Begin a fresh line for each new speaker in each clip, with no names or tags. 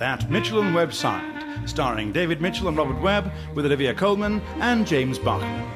at Mitchell and Webb Signed, starring David Mitchell and Robert Webb, with Olivia Colman and James Barkman.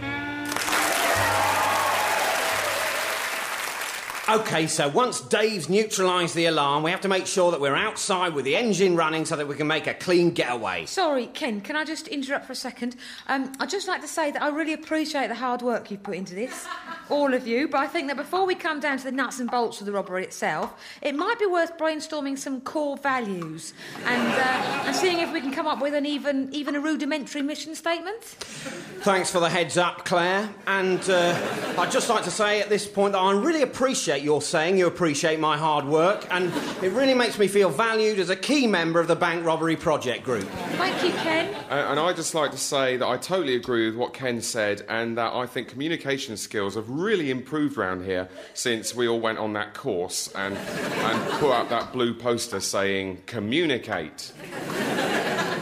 Okay, so once Dave's neutralised the alarm, we have to make sure that we're outside with the engine running so that we can make a clean getaway.
Sorry, Ken, can I just interrupt for a second? Um, I'd just like to say that I really appreciate the hard work you've put into this, all of you, but I think that before we come down to the nuts and bolts of the robbery itself, it might be worth brainstorming some core values and, uh, and seeing if we can come up with an even, even a rudimentary mission statement.
Thanks for the heads up, Claire. And uh, I'd just like to say at this point that I really appreciate your saying you appreciate my hard work, and it really makes me feel valued as a key member of the Bank Robbery Project Group.
Thank you, Ken.
And, and I'd just like to say that I totally agree with what Ken said, and that I think communication skills have really improved round here since we all went on that course and, and put up that blue poster saying, communicate.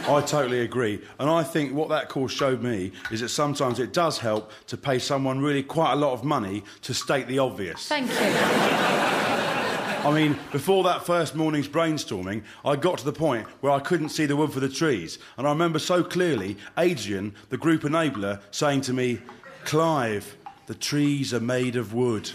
I totally agree. And I think what that course showed me is that sometimes it does help to pay someone really quite a lot of money to state the obvious.
Thank you.
I mean, before that first morning's brainstorming, I got to the point where I couldn't see the wood for the trees. And I remember so clearly Adrian, the group enabler, saying to me, Clive, the trees are made of wood.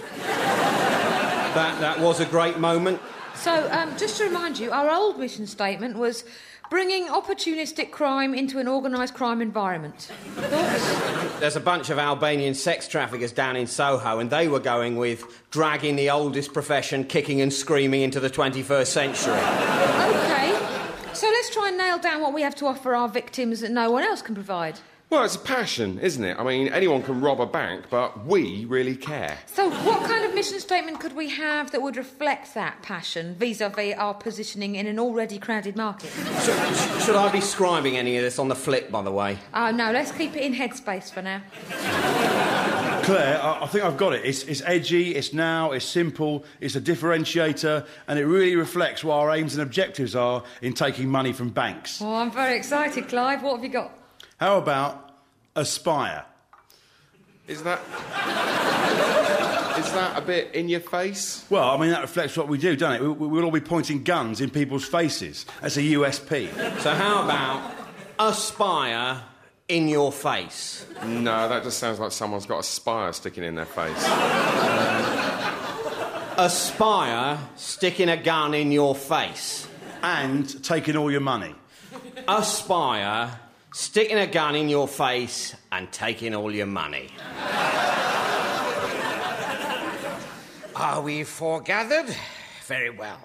That, that was a great moment.
So, um, just to remind you, our old mission statement was bringing opportunistic crime into an organised crime environment. Thoughts?
There's a bunch of Albanian sex traffickers down in Soho, and they were going with dragging the oldest profession, kicking and screaming into the 21st century.
okay. So let's try and nail down what we have to offer our victims that no one else can provide.
Well, it's a passion, isn't it? I mean, anyone can rob a bank, but we really care.
So, what kind of mission statement could we have that would reflect that passion vis a vis our positioning in an already crowded market?
Should, should I be scribing any of this on the flip, by the way?
Oh, no, let's keep it in headspace for now.
Claire, I, I think I've got it. It's, it's edgy, it's now, it's simple, it's a differentiator, and it really reflects what our aims and objectives are in taking money from banks.
Oh, I'm very excited, Clive. What have you got?
How about aspire?
Is that. is that a bit in your face?
Well, I mean, that reflects what we do, doesn't it? We, we- we'll all be pointing guns in people's faces. That's a USP.
So, how about aspire in your face?
No, that just sounds like someone's got a spire sticking in their face.
Aspire sticking a gun in your face.
And taking all your money.
Aspire sticking a gun in your face and taking all your money. Are we foregathered? Very well.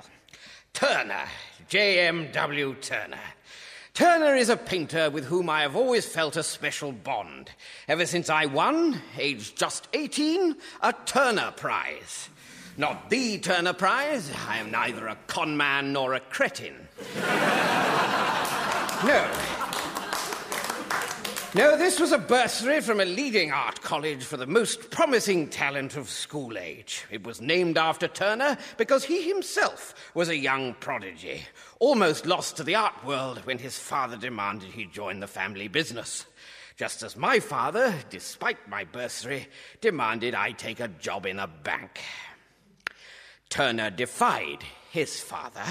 Turner, J.M.W. Turner. Turner is a painter with whom I have always felt a special bond. Ever since I won, aged just 18, a Turner Prize. Not the Turner Prize. I am neither a con man nor a cretin. no. No, this was a bursary from a leading art college for the most promising talent of school age. It was named after Turner because he himself was a young prodigy, almost lost to the art world when his father demanded he join the family business. Just as my father, despite my bursary, demanded I take a job in a bank. Turner defied his father.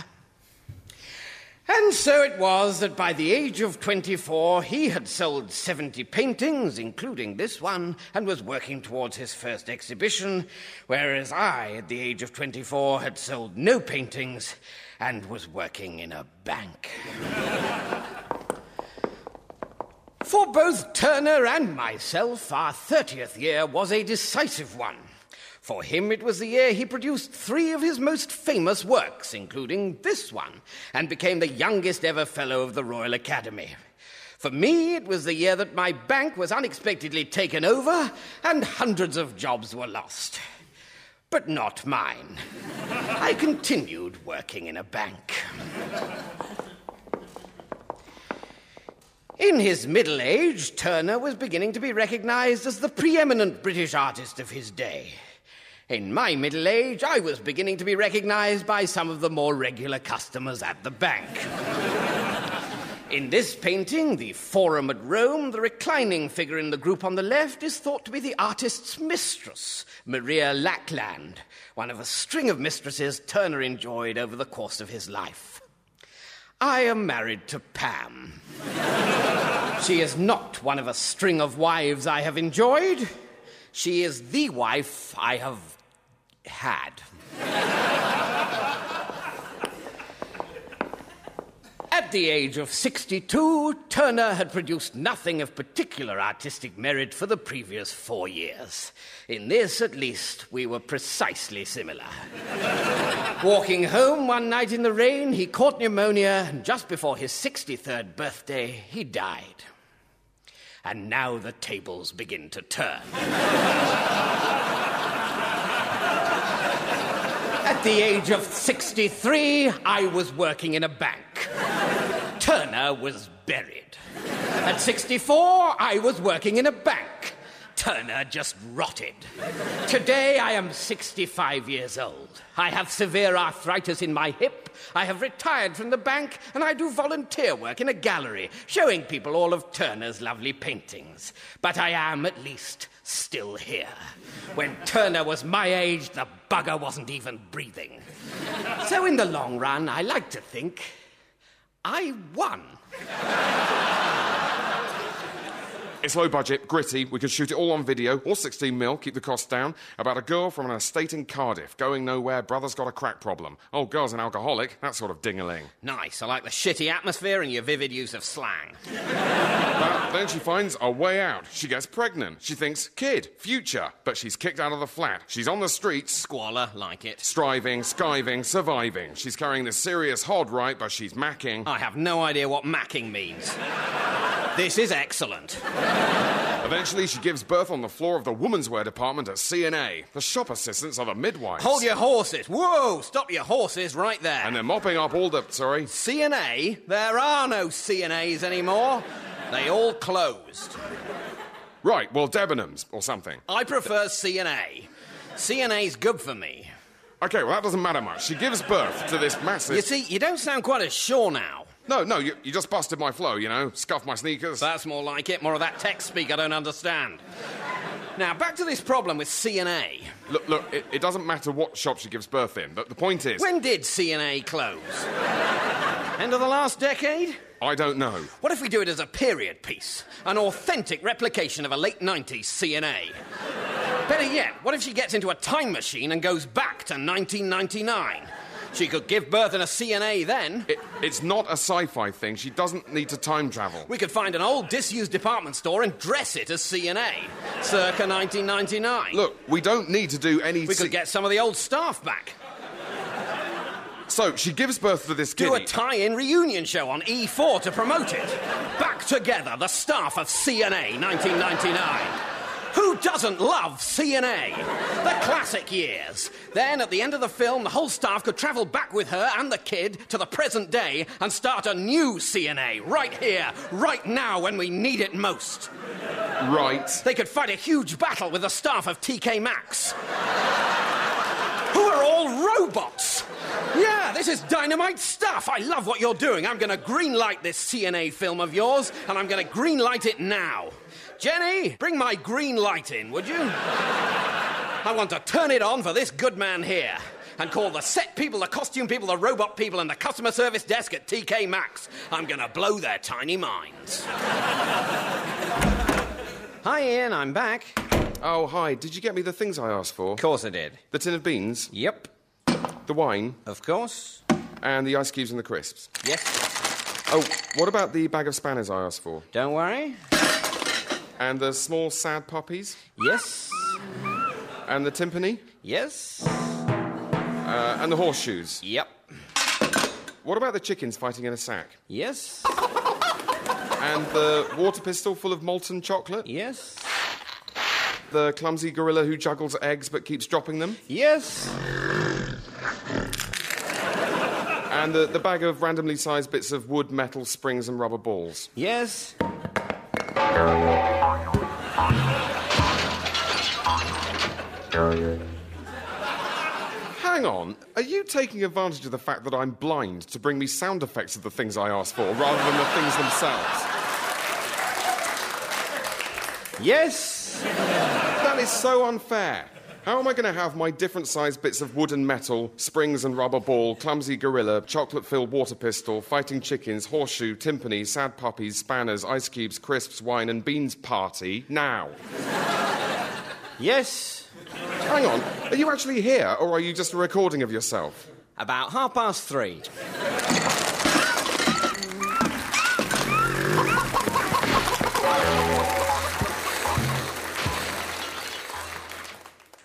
And so it was that by the age of 24, he had sold 70 paintings, including this one, and was working towards his first exhibition, whereas I, at the age of 24, had sold no paintings and was working in a bank. For both Turner and myself, our 30th year was a decisive one. For him, it was the year he produced three of his most famous works, including this one, and became the youngest ever Fellow of the Royal Academy. For me, it was the year that my bank was unexpectedly taken over and hundreds of jobs were lost. But not mine. I continued working in a bank. In his middle age, Turner was beginning to be recognized as the preeminent British artist of his day. In my middle age, I was beginning to be recognized by some of the more regular customers at the bank. In this painting, the Forum at Rome, the reclining figure in the group on the left is thought to be the artist's mistress, Maria Lackland, one of a string of mistresses Turner enjoyed over the course of his life. I am married to Pam. she is not one of a string of wives I have enjoyed. She is the wife I have had. At the age of 62, Turner had produced nothing of particular artistic merit for the previous four years. In this, at least, we were precisely similar. Walking home one night in the rain, he caught pneumonia, and just before his 63rd birthday, he died. And now the tables begin to turn. At the age of 63, I was working in a bank. Turner was buried. At 64, I was working in a bank. Turner just rotted. Today, I am 65 years old. I have severe arthritis in my hip. I have retired from the bank and I do volunteer work in a gallery, showing people all of Turner's lovely paintings. But I am at least still here. When Turner was my age, the bugger wasn't even breathing. So, in the long run, I like to think I won.
It's low budget, gritty. We could shoot it all on video or 16 mil, keep the costs down. About a girl from an estate in Cardiff, going nowhere. Brother's got a crack problem. Oh, girl's an alcoholic. That sort of ding-a-ling.
Nice. I like the shitty atmosphere and your vivid use of slang.
But then she finds a way out. She gets pregnant. She thinks kid, future, but she's kicked out of the flat. She's on the streets.
Squalor, like it.
Striving, skiving, surviving. She's carrying this serious hod, right? But she's macking.
I have no idea what macking means. this is excellent.
Eventually, she gives birth on the floor of the woman's wear department at CNA. The shop assistants are the midwives.
Hold your horses. Whoa, stop your horses right there.
And they're mopping up all the. Sorry.
CNA? There are no CNAs anymore. They all closed.
Right, well, Debenhams or something.
I prefer CNA. CNA's good for me.
Okay, well, that doesn't matter much. She gives birth to this massive.
You see, you don't sound quite as sure now.
No, no, you, you just busted my flow, you know. Scuffed my sneakers.
That's more like it. More of that tech speak I don't understand. Now, back to this problem with CNA.
Look, look, it, it doesn't matter what shop she gives birth in. The, the point is,
When did CNA close? End of the last decade?
I don't know.
What if we do it as a period piece? An authentic replication of a late 90s CNA. Better yet, what if she gets into a time machine and goes back to 1999? She could give birth in a CNA then.
It, it's not a sci fi thing. She doesn't need to time travel.
We could find an old disused department store and dress it as CNA, circa 1999.
Look, we don't need to do any.
we could
se-
get some of the old staff back.
So she gives birth to this
Do a
kitty.
tie-in reunion show on E4 to promote it. Back together, the staff of CNA 1999. Who doesn't love CNA? The classic years. Then, at the end of the film, the whole staff could travel back with her and the kid to the present day and start a new CNA right here, right now, when we need it most.
right.
They could fight a huge battle with the staff of TK Maxx. Who are all robots? Yeah, this is dynamite stuff. I love what you're doing. I'm going to greenlight this CNA film of yours, and I'm going to greenlight it now. Jenny, bring my green light in, would you? I want to turn it on for this good man here. And call the set people, the costume people, the robot people, and the customer service desk at TK Maxx. I'm gonna blow their tiny minds. Hi, Ian, I'm back.
Oh, hi. Did you get me the things I asked for?
Of course I did.
The tin of beans,
Yep.
the wine,
Of course.
and the ice cubes and the crisps.
Yes.
Oh, what about the bag of spanners I asked for?
Don't worry.
And the small sad puppies?
Yes.
And the timpani?
Yes.
Uh, and the horseshoes?
Yep.
What about the chickens fighting in a sack?
Yes.
And the water pistol full of molten chocolate?
Yes.
The clumsy gorilla who juggles eggs but keeps dropping them?
Yes.
And the, the bag of randomly sized bits of wood, metal, springs, and rubber balls?
Yes.
Hang on, are you taking advantage of the fact that I'm blind to bring me sound effects of the things I asked for rather than the things themselves?
Yes.
That is so unfair. How am I going to have my different sized bits of wood and metal, springs and rubber ball, clumsy gorilla, chocolate filled water pistol, fighting chickens, horseshoe, timpani, sad puppies, spanners, ice cubes, crisps, wine and beans party now?
Yes.
Hang on, are you actually here or are you just a recording of yourself?
About half past three.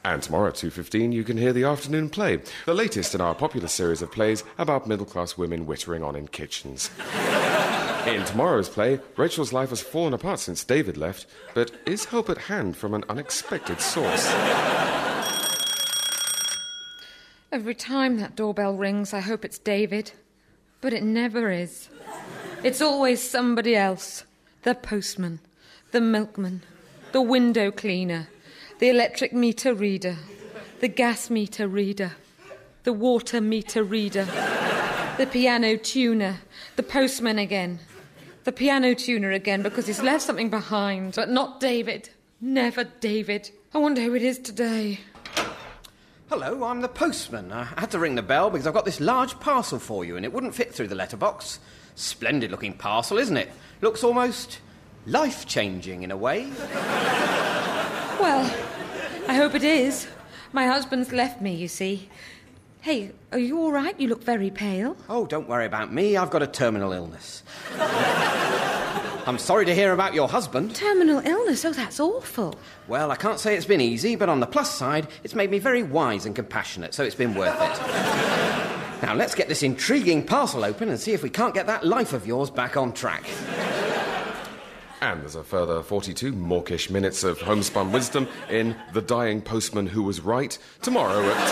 And tomorrow at 2.15 you can hear The Afternoon Play, the latest in our popular series of plays about middle-class women wittering on in kitchens. in tomorrow's play, Rachel's life has fallen apart since David left, but is help at hand from an unexpected source.
Every time that doorbell rings, I hope it's David. But it never is. It's always somebody else the postman, the milkman, the window cleaner, the electric meter reader, the gas meter reader, the water meter reader, the piano tuner, the postman again, the piano tuner again because he's left something behind. But not David. Never David. I wonder who it is today.
Hello, I'm the postman. I had to ring the bell because I've got this large parcel for you and it wouldn't fit through the letterbox. Splendid looking parcel, isn't it? Looks almost life changing in a way.
Well, I hope it is. My husband's left me, you see. Hey, are you all right? You look very pale.
Oh, don't worry about me. I've got a terminal illness. I'm sorry to hear about your husband.
Terminal illness? Oh, that's awful.
Well, I can't say it's been easy, but on the plus side, it's made me very wise and compassionate, so it's been worth it. Now, let's get this intriguing parcel open and see if we can't get that life of yours back on track.
And there's a further 42 mawkish minutes of homespun wisdom in The Dying Postman Who Was Right tomorrow at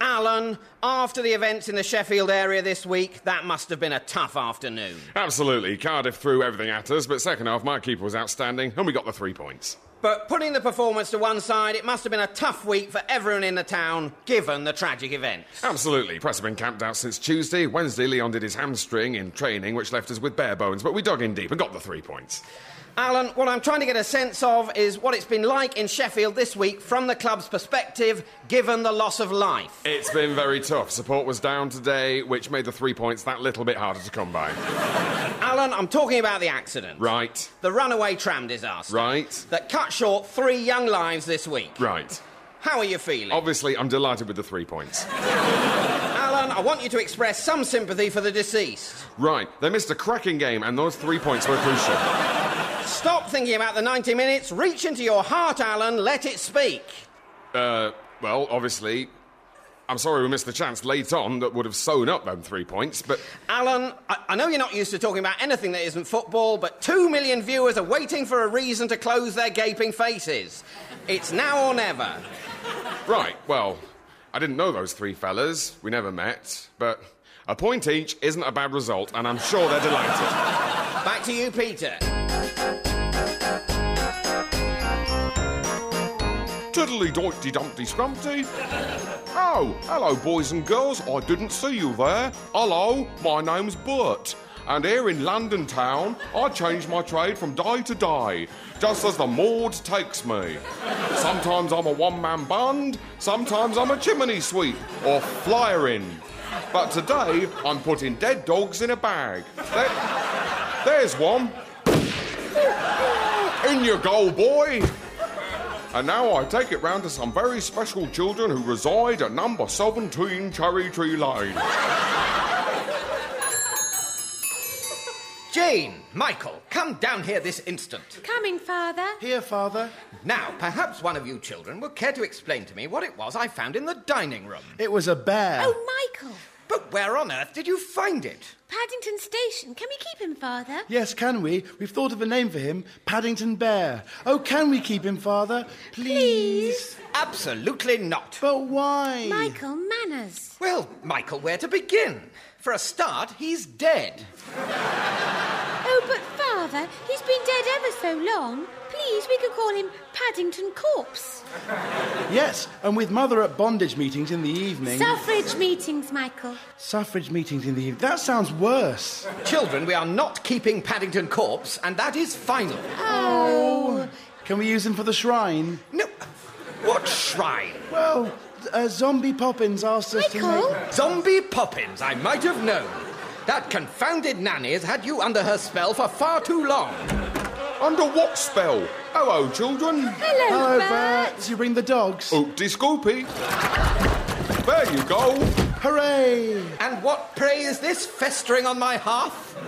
Alan, after the events in the Sheffield area this week, that must have been a tough afternoon.
2.15. Absolutely, Cardiff threw everything at us, but second half my keeper was outstanding and we got the three points.
But putting the performance to one side, it must have been a tough week for everyone in the town, given the tragic event.
Absolutely, Press have been camped out since Tuesday. Wednesday, Leon did his hamstring in training, which left us with bare bones, but we dug in deep and got the three points.
Alan, what I'm trying to get a sense of is what it's been like in Sheffield this week from the club's perspective, given the loss of life.
It's been very tough. Support was down today, which made the three points that little bit harder to come by.
Alan, I'm talking about the accident.
Right,
The runaway tram disaster.
right,
That cut short three young lives this week.
right.
How are you feeling?
Obviously, I'm delighted with the three points.
Alan, I want you to express some sympathy for the deceased.
Right, they missed a cracking game, and those three points were crucial.
Stop thinking about the 90 minutes. Reach into your heart, Alan. Let it speak.
Uh, well, obviously, I'm sorry we missed the chance late on that would have sewn up them three points, but
Alan, I, I know you're not used to talking about anything that isn't football, but two million viewers are waiting for a reason to close their gaping faces. It's now or never.
right, well, I didn't know those three fellas. We never met, but a point each isn't a bad result, and I'm sure they're delighted.
Back to you, Peter.
Tiddly doity dumpty scrumpty. Oh, hello, boys and girls. I didn't see you there. Hello, my name's Bert. And here in London town, I change my trade from day to day, just as the Maud takes me. Sometimes I'm a one man band, sometimes I'm a chimney sweep or flyer in. But today, I'm putting dead dogs in a bag. There- there's one. In your goal, boy. And now I take it round to some very special children who reside at number 17 Cherry Tree Lane.
Jane, Michael, come down here this instant.
Coming, Father.
Here, Father.
Now, perhaps one of you children will care to explain to me what it was I found in the dining room.
It was a bear.
Oh, Michael!
But where on earth did you find it?
Paddington Station. Can we keep him, Father?
Yes, can we? We've thought of a name for him Paddington Bear. Oh, can we keep him, Father? Please.
Absolutely not.
But why?
Michael, manners.
Well, Michael, where to begin? For a start, he's dead.
Oh, but Father, he's been dead ever so long. Please, we could call him Paddington Corpse.
Yes, and with Mother at bondage meetings in the evening.
Suffrage meetings, Michael.
Suffrage meetings in the evening. That sounds worse.
Children, we are not keeping Paddington Corpse, and that is final.
Oh.
Can we use him for the shrine?
No. What shrine?
Well, uh, Zombie Poppins asked us to
Michael?
make...
Zombie Poppins, I might have known. That confounded nanny has had you under her spell for far too long.
Under what spell? Hello, children.
Hello,
Hello,
Bert.
Bert. You bring the dogs.
Oopty scoopy. There you go.
Hooray!
And what, pray, is this festering on my hearth?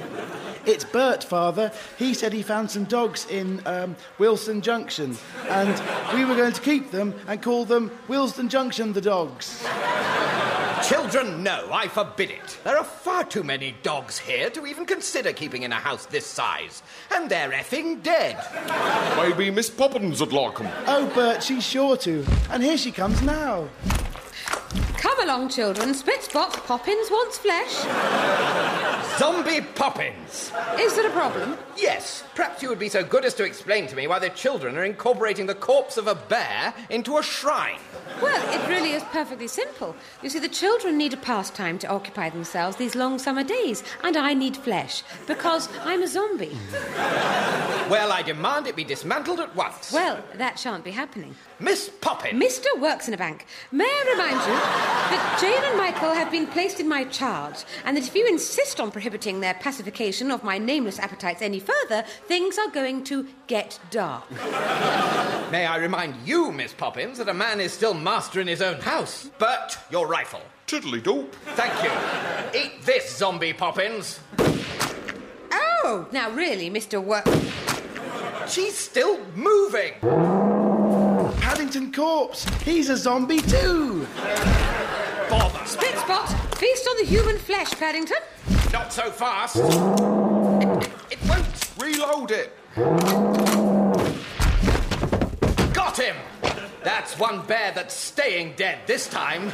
It's Bert, Father. He said he found some dogs in um, Wilson Junction, and we were going to keep them and call them Wilson Junction the dogs.
Children, no, I forbid it. There are far too many dogs here to even consider keeping in a house this size. And they're effing dead.
Maybe Miss Poppins would like 'em.
Oh, Bert, she's sure to. And here she comes now.
Come along, children. Spitzbok Poppins wants flesh.
Zombie Poppins!
Is there a problem?
Yes, perhaps you would be so good as to explain to me why the children are incorporating the corpse of a bear into a shrine.
Well, it really is perfectly simple. You see, the children need a pastime to occupy themselves these long summer days, and I need flesh because I'm a zombie.
Well, I demand it be dismantled at once.
Well, that shan't be happening.
Miss Poppins!
Mister works in a bank. May I remind you that Jane and Michael have been placed in my charge, and that if you insist on prohibiting their pacification of my nameless appetites any further, things are going to get dark.
May I remind you, Miss Poppins, that a man is still master in his own house. But your rifle.
Tiddly doop.
Thank you. Eat this, zombie Poppins.
Oh, now really, Mister Work.
She's still moving.
Paddington Corpse. He's a zombie too.
Bother.
Spitspot, feast on the human flesh, Paddington.
Not so fast. It, it won't.
Reload it.
Got him. That's one bear that's staying dead this time.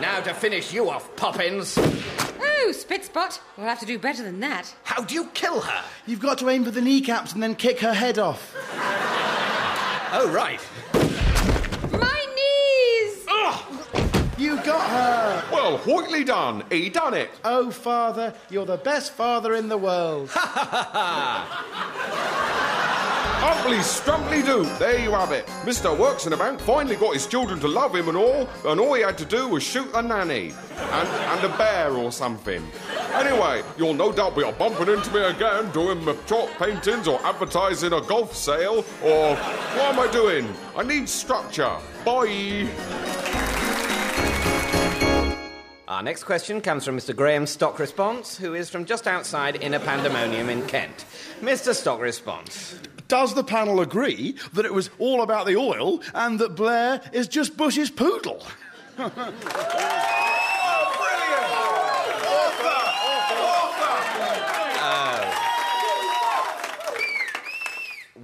Now to finish you off, Poppins.
Oh, Spitspot, we'll have to do better than that.
How do you kill her?
You've got to aim for the kneecaps and then kick her head off.
Oh, right.
My knees!
Ugh.
You got her.
Well, whitely done. He done it.
Oh, Father, you're the best father in the world.
Humply strumply do. There you have it. Mr. Works in a Bank finally got his children to love him and all, and all he had to do was shoot a nanny and, and a bear or something. Anyway, you'll no doubt be bumping into me again doing my chalk paintings or advertising a golf sale or what am I doing? I need structure. Bye.
Our next question comes from Mr. Graham Stock Response, who is from just outside Inner Pandemonium in Kent. Mr. Stock Response.
Does the panel agree that it was all about the oil and that Blair is just Bush's poodle?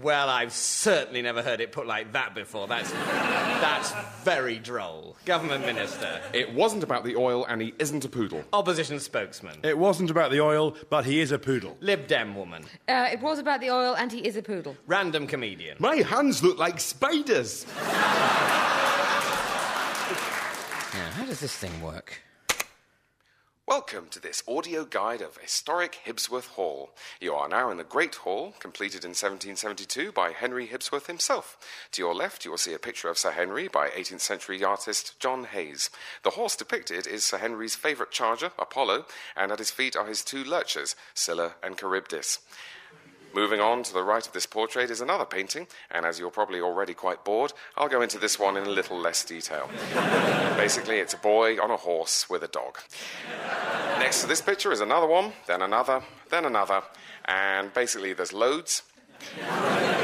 Well, I've certainly never heard it put like that before. That's, that's very droll. Government Minister,
It wasn't about the oil, and he isn't a poodle.
Opposition Spokesman,
It wasn't about the oil, but he is a poodle.
Lib Dem Woman,
Uh, it was about the oil, and he is a poodle.
Random Comedian,
My hands look like spiders.
Now, how does this thing work?
Welcome to this audio guide of historic Hibsworth Hall. You are now in the Great Hall, completed in 1772 by Henry Hibsworth himself. To your left, you will see a picture of Sir Henry by 18th century artist John Hayes. The horse depicted is Sir Henry's favourite charger, Apollo, and at his feet are his two lurchers, Scylla and Charybdis. Moving on to the right of this portrait is another painting, and as you're probably already quite bored, I'll go into this one in a little less detail. Basically, it's a boy on a horse with a dog. Next to this picture is another one, then another, then another, and basically there's loads.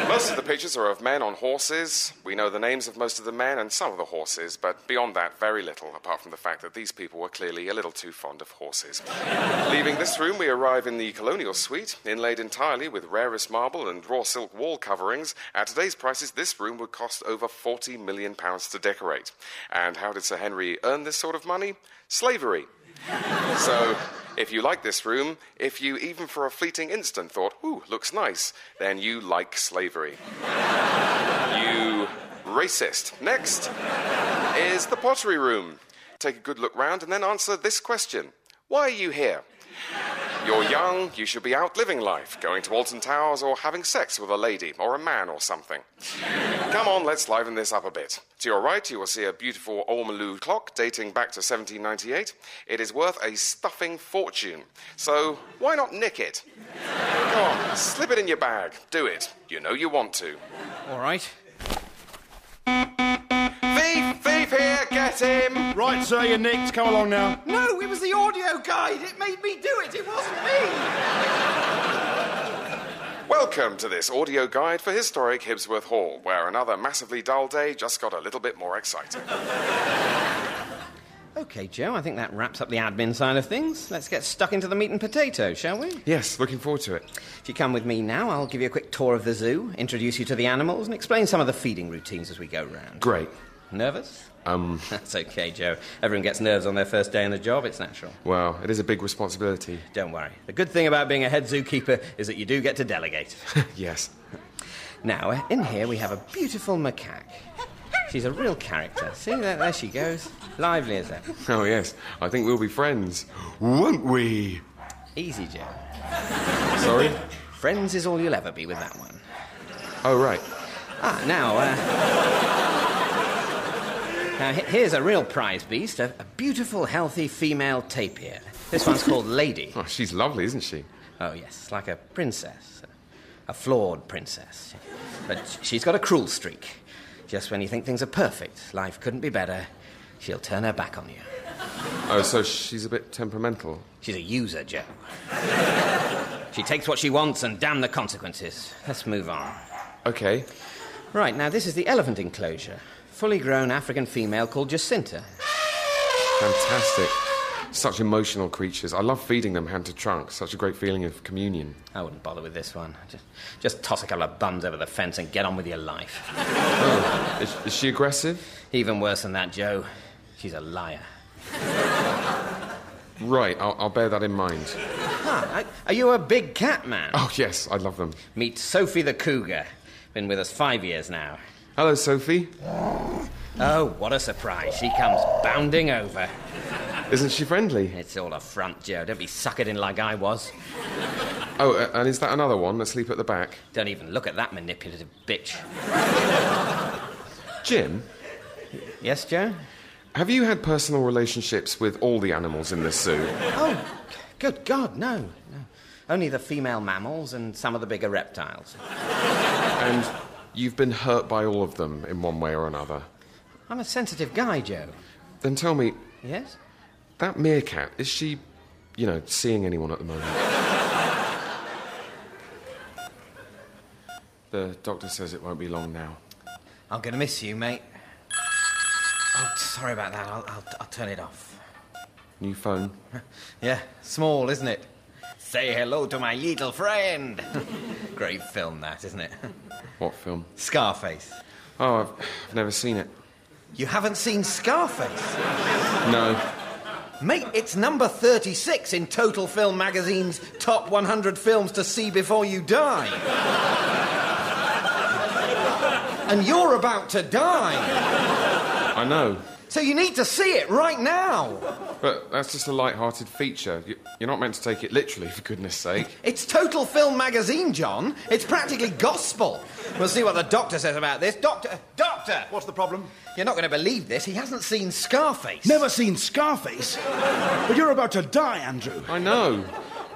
Most of the pictures are of men on horses. We know the names of most of the men and some of the horses, but beyond that, very little, apart from the fact that these people were clearly a little too fond of horses. Leaving this room, we arrive in the colonial suite, inlaid entirely with rarest marble and raw silk wall coverings. At today's prices, this room would cost over £40 million to decorate. And how did Sir Henry earn this sort of money? Slavery. So, if you like this room, if you even for a fleeting instant thought, ooh, looks nice, then you like slavery. you racist. Next is the pottery room. Take a good look round and then answer this question Why are you here? You're young, you should be out living life, going to Alton Towers or having sex with a lady or a man or something. Come on, let's liven this up a bit. To your right, you will see a beautiful Ormolu clock dating back to 1798. It is worth a stuffing fortune, so why not nick it? Go on, slip it in your bag. Do it. You know you want to.
All right.
Thief, thief here, get him!
Right, sir, you're nicked. Come along now.
No, it was the audio guide. It made me do it. It wasn't me.
Welcome to this audio guide for historic Hibsworth Hall, where another massively dull day just got a little bit more exciting.
Okay, Joe, I think that wraps up the admin side of things. Let's get stuck into the meat and potato, shall we?
Yes, looking forward to it.
If you come with me now, I'll give you a quick tour of the zoo, introduce you to the animals, and explain some of the feeding routines as we go round.
Great.
Nervous? Um. That's okay, Joe. Everyone gets nerves on their first day in the job, it's natural.
Wow, it is a big responsibility.
Don't worry. The good thing about being a head zookeeper is that you do get to delegate.
Yes.
now, uh, in here we have a beautiful macaque. She's a real character. See, there, there she goes. Lively as ever.
Oh, yes. I think we'll be friends. Won't we?
Easy, Joe.
Sorry?
Friends is all you'll ever be with that one.
Oh, right.
Ah, now, uh, now he- here's a real prize beast, a, a beautiful, healthy female tapir. This one's called Lady.
Oh, she's lovely, isn't she?
Oh, yes, like a princess. A flawed princess. But she's got a cruel streak. Just when you think things are perfect, life couldn't be better, she'll turn her back on you.
Oh, so she's a bit temperamental.
She's a user, Joe. she takes what she wants and damn the consequences. Let's move on.
Okay.
Right, now this is the elephant enclosure. Fully grown African female called Jacinta.
Fantastic. Such emotional creatures. I love feeding them hand to trunk. Such a great feeling of communion.
I wouldn't bother with this one. Just, just toss a couple of bums over the fence and get on with your life.
Oh, is, is she aggressive?
Even worse than that, Joe, she's a liar.
Right, I'll, I'll bear that in mind.
Ah, are- are you a big cat man?
Oh, yes, I love them.
Meet Sophie the cougar. Been with us five years now.
Hello, Sophie.
Oh, what a surprise. She comes bounding over.
Isn't she friendly?
It's all a front, Joe. Don't be suckered in like I was.
Oh, uh, and is that another one asleep at the back?
Don't even look at that manipulative bitch.
Jim,
Yes, Joe?
have you had personal relationships with all the animals in this zoo?
Oh, good God, no. no. Only the female mammals and some of the bigger reptiles.
And you've been hurt by all of them in one way or another.
I'm a sensitive guy, Joe.
Then tell me,
Yes?
that meerkat, is she, you know, seeing anyone at the moment? the doctor says it won't be long now.
I'm going to miss you, mate. Oh, sorry about that. I'll, I'll, I'll turn it off.
New phone.
Yeah, small, isn't it? Say hello to my little friend. Great film, that, isn't it?
What film?
Scarface.
Oh, I've, I've never seen it.
You haven't seen Scarface?
No.
Mate, it's number 36 in Total Film Magazine's Top 100 Films to See Before You Die. and you're about to die.
I know.
So you need to see it right now.
But that's just a light-hearted feature. You- You're not meant to take it literally, for goodness sake.
It's Total Film Magazine, John. It's practically gospel. We'll see what the doctor says about this. Doctor, doctor!
What's the problem?
You're not going to believe this. He hasn't seen Scarface.
Never seen Scarface? but you're about to die, Andrew.
I know.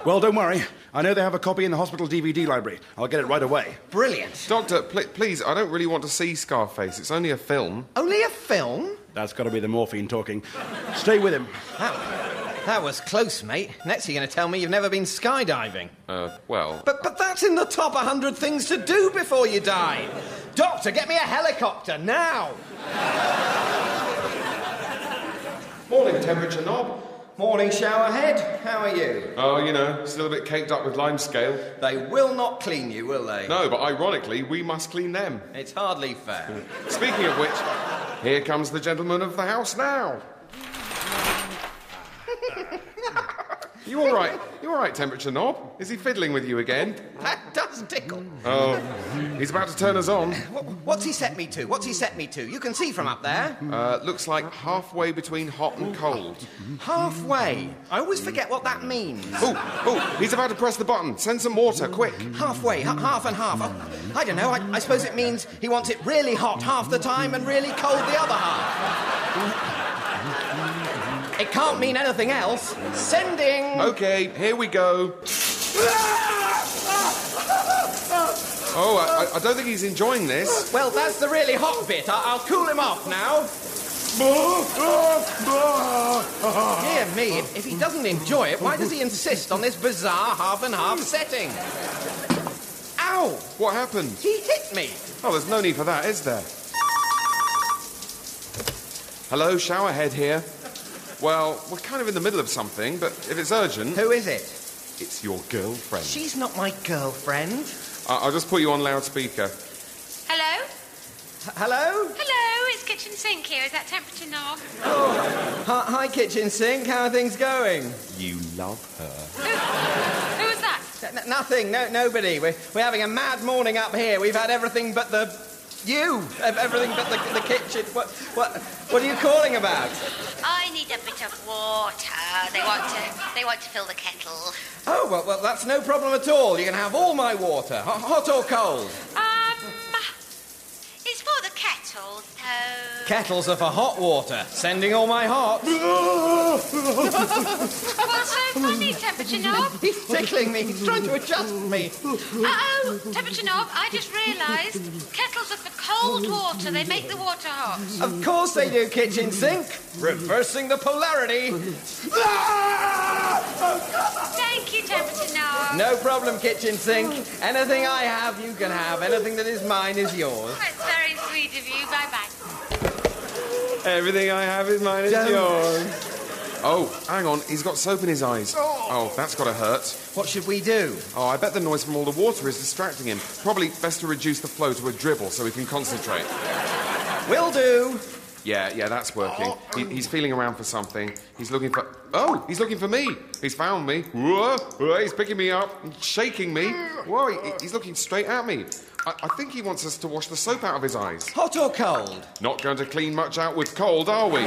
Well, don't worry. I know they have a copy in the hospital DVD library. I'll get it right away.
Brilliant.
Doctor, pl- please, I don't really want to see Scarface. It's only a film.
Only a film?
That's got to be the morphine talking. Stay with him.
That, that was close, mate. Next, you're going to tell me you've never been skydiving.
Uh, well...
But, but that's in the top 100 things to do before you die. Doctor, get me a helicopter now.
Morning, temperature knob.
Morning shower head. How are you?
Oh, you know, still a bit caked up with limescale.
They will not clean you, will they?
No, but ironically, we must clean them.
It's hardly fair.
Speaking of which, here comes the gentleman of the house now. you all right? You all right, temperature knob? Is he fiddling with you again?
That does first tickle.
Oh, he's about to turn us on.
What, what's he set me to? What's he set me to? You can see from up there.
Uh, looks like halfway between hot and cold.
Halfway. I always forget what that means.
Oh, oh, he's about to press the button. Send some water, quick.
Halfway, ha- half and half. Oh, I don't know. I, I suppose it means he wants it really hot half the time and really cold the other half. It can't mean anything else. Sending.
Okay, here we go. Oh, I, I- I don't think he's enjoying this.
Well, that's the really hot bit. I- I'll cool him off now. Dear me, if, if he doesn't enjoy it, why does he insist on this bizarre half and half setting? Ow!
What happened?
He hit me.
Oh, there's no need for that, is there? Hello, showerhead here. Well, we're kind of in the middle of something, but if it's urgent,
Who is it?
it's your girlfriend.
She's not my girlfriend. H-
I- I'll just put you on loudspeaker.
Hello?
Hello?
Hello, it's kitchen sink here. Is that temperature knob?
Hi, hi, kitchen sink. How are things going?
You love her.
Who was that?
N- n- nothing. No, nobody. We're, we're having a mad morning up here. We've had everything but the you. Ev- Everything but the, the kitchen. What, what, what are you calling about?
I need a bit of water. They want to they want to fill the kettle.
Oh, well, well, that's no problem at all. You can have all my water, ho- hot or cold.
Um it's for the kettle, so
Kettles are for hot water. Sending all my hot.
What's so funny, temperature knob?
He's tickling me. He's trying to adjust me.
Uh-oh, temperature knob, I just realised kettles are for cold water. They make the water hot.
Of course they do, kitchen sink. Reversing the polarity.
Thank you, temperature knob.
No problem, kitchen sink. Anything I have, you can have. Anything that is mine is yours.
That's very sweet of you. Bye-bye.
Everything I have is mine is yours. Oh, hang on, he's got soap in his eyes. Oh, that's gotta hurt.
What should we do?
Oh, I bet the noise from all the water is distracting him. Probably best to reduce the flow to a dribble so he can concentrate.
Will do.
Yeah, yeah, that's working. He, he's feeling around for something. He's looking for. Oh, he's looking for me. He's found me. Whoa, whoa, he's picking me up, and shaking me. Whoa, he- he's looking straight at me. I, I think he wants us to wash the soap out of his eyes.
Hot or cold?
Not going to clean much out with cold, are we?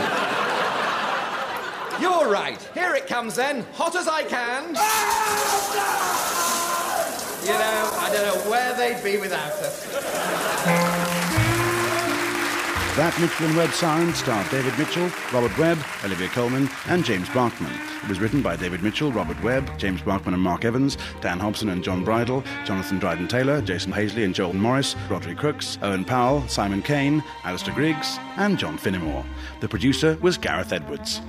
You're right. Here it comes then. Hot as I can. You know, I don't know where they'd be without us.
That Mitchell and Webb Sound starred David Mitchell, Robert Webb, Olivia Coleman, and James Barkman. It was written by David Mitchell, Robert Webb, James Barkman and Mark Evans, Dan Hobson and John Bridle, Jonathan Dryden Taylor, Jason Hazley and Jordan Morris, Roderick Crooks, Owen Powell, Simon Kane, Alistair Griggs, and John Finnemore. The producer was Gareth Edwards.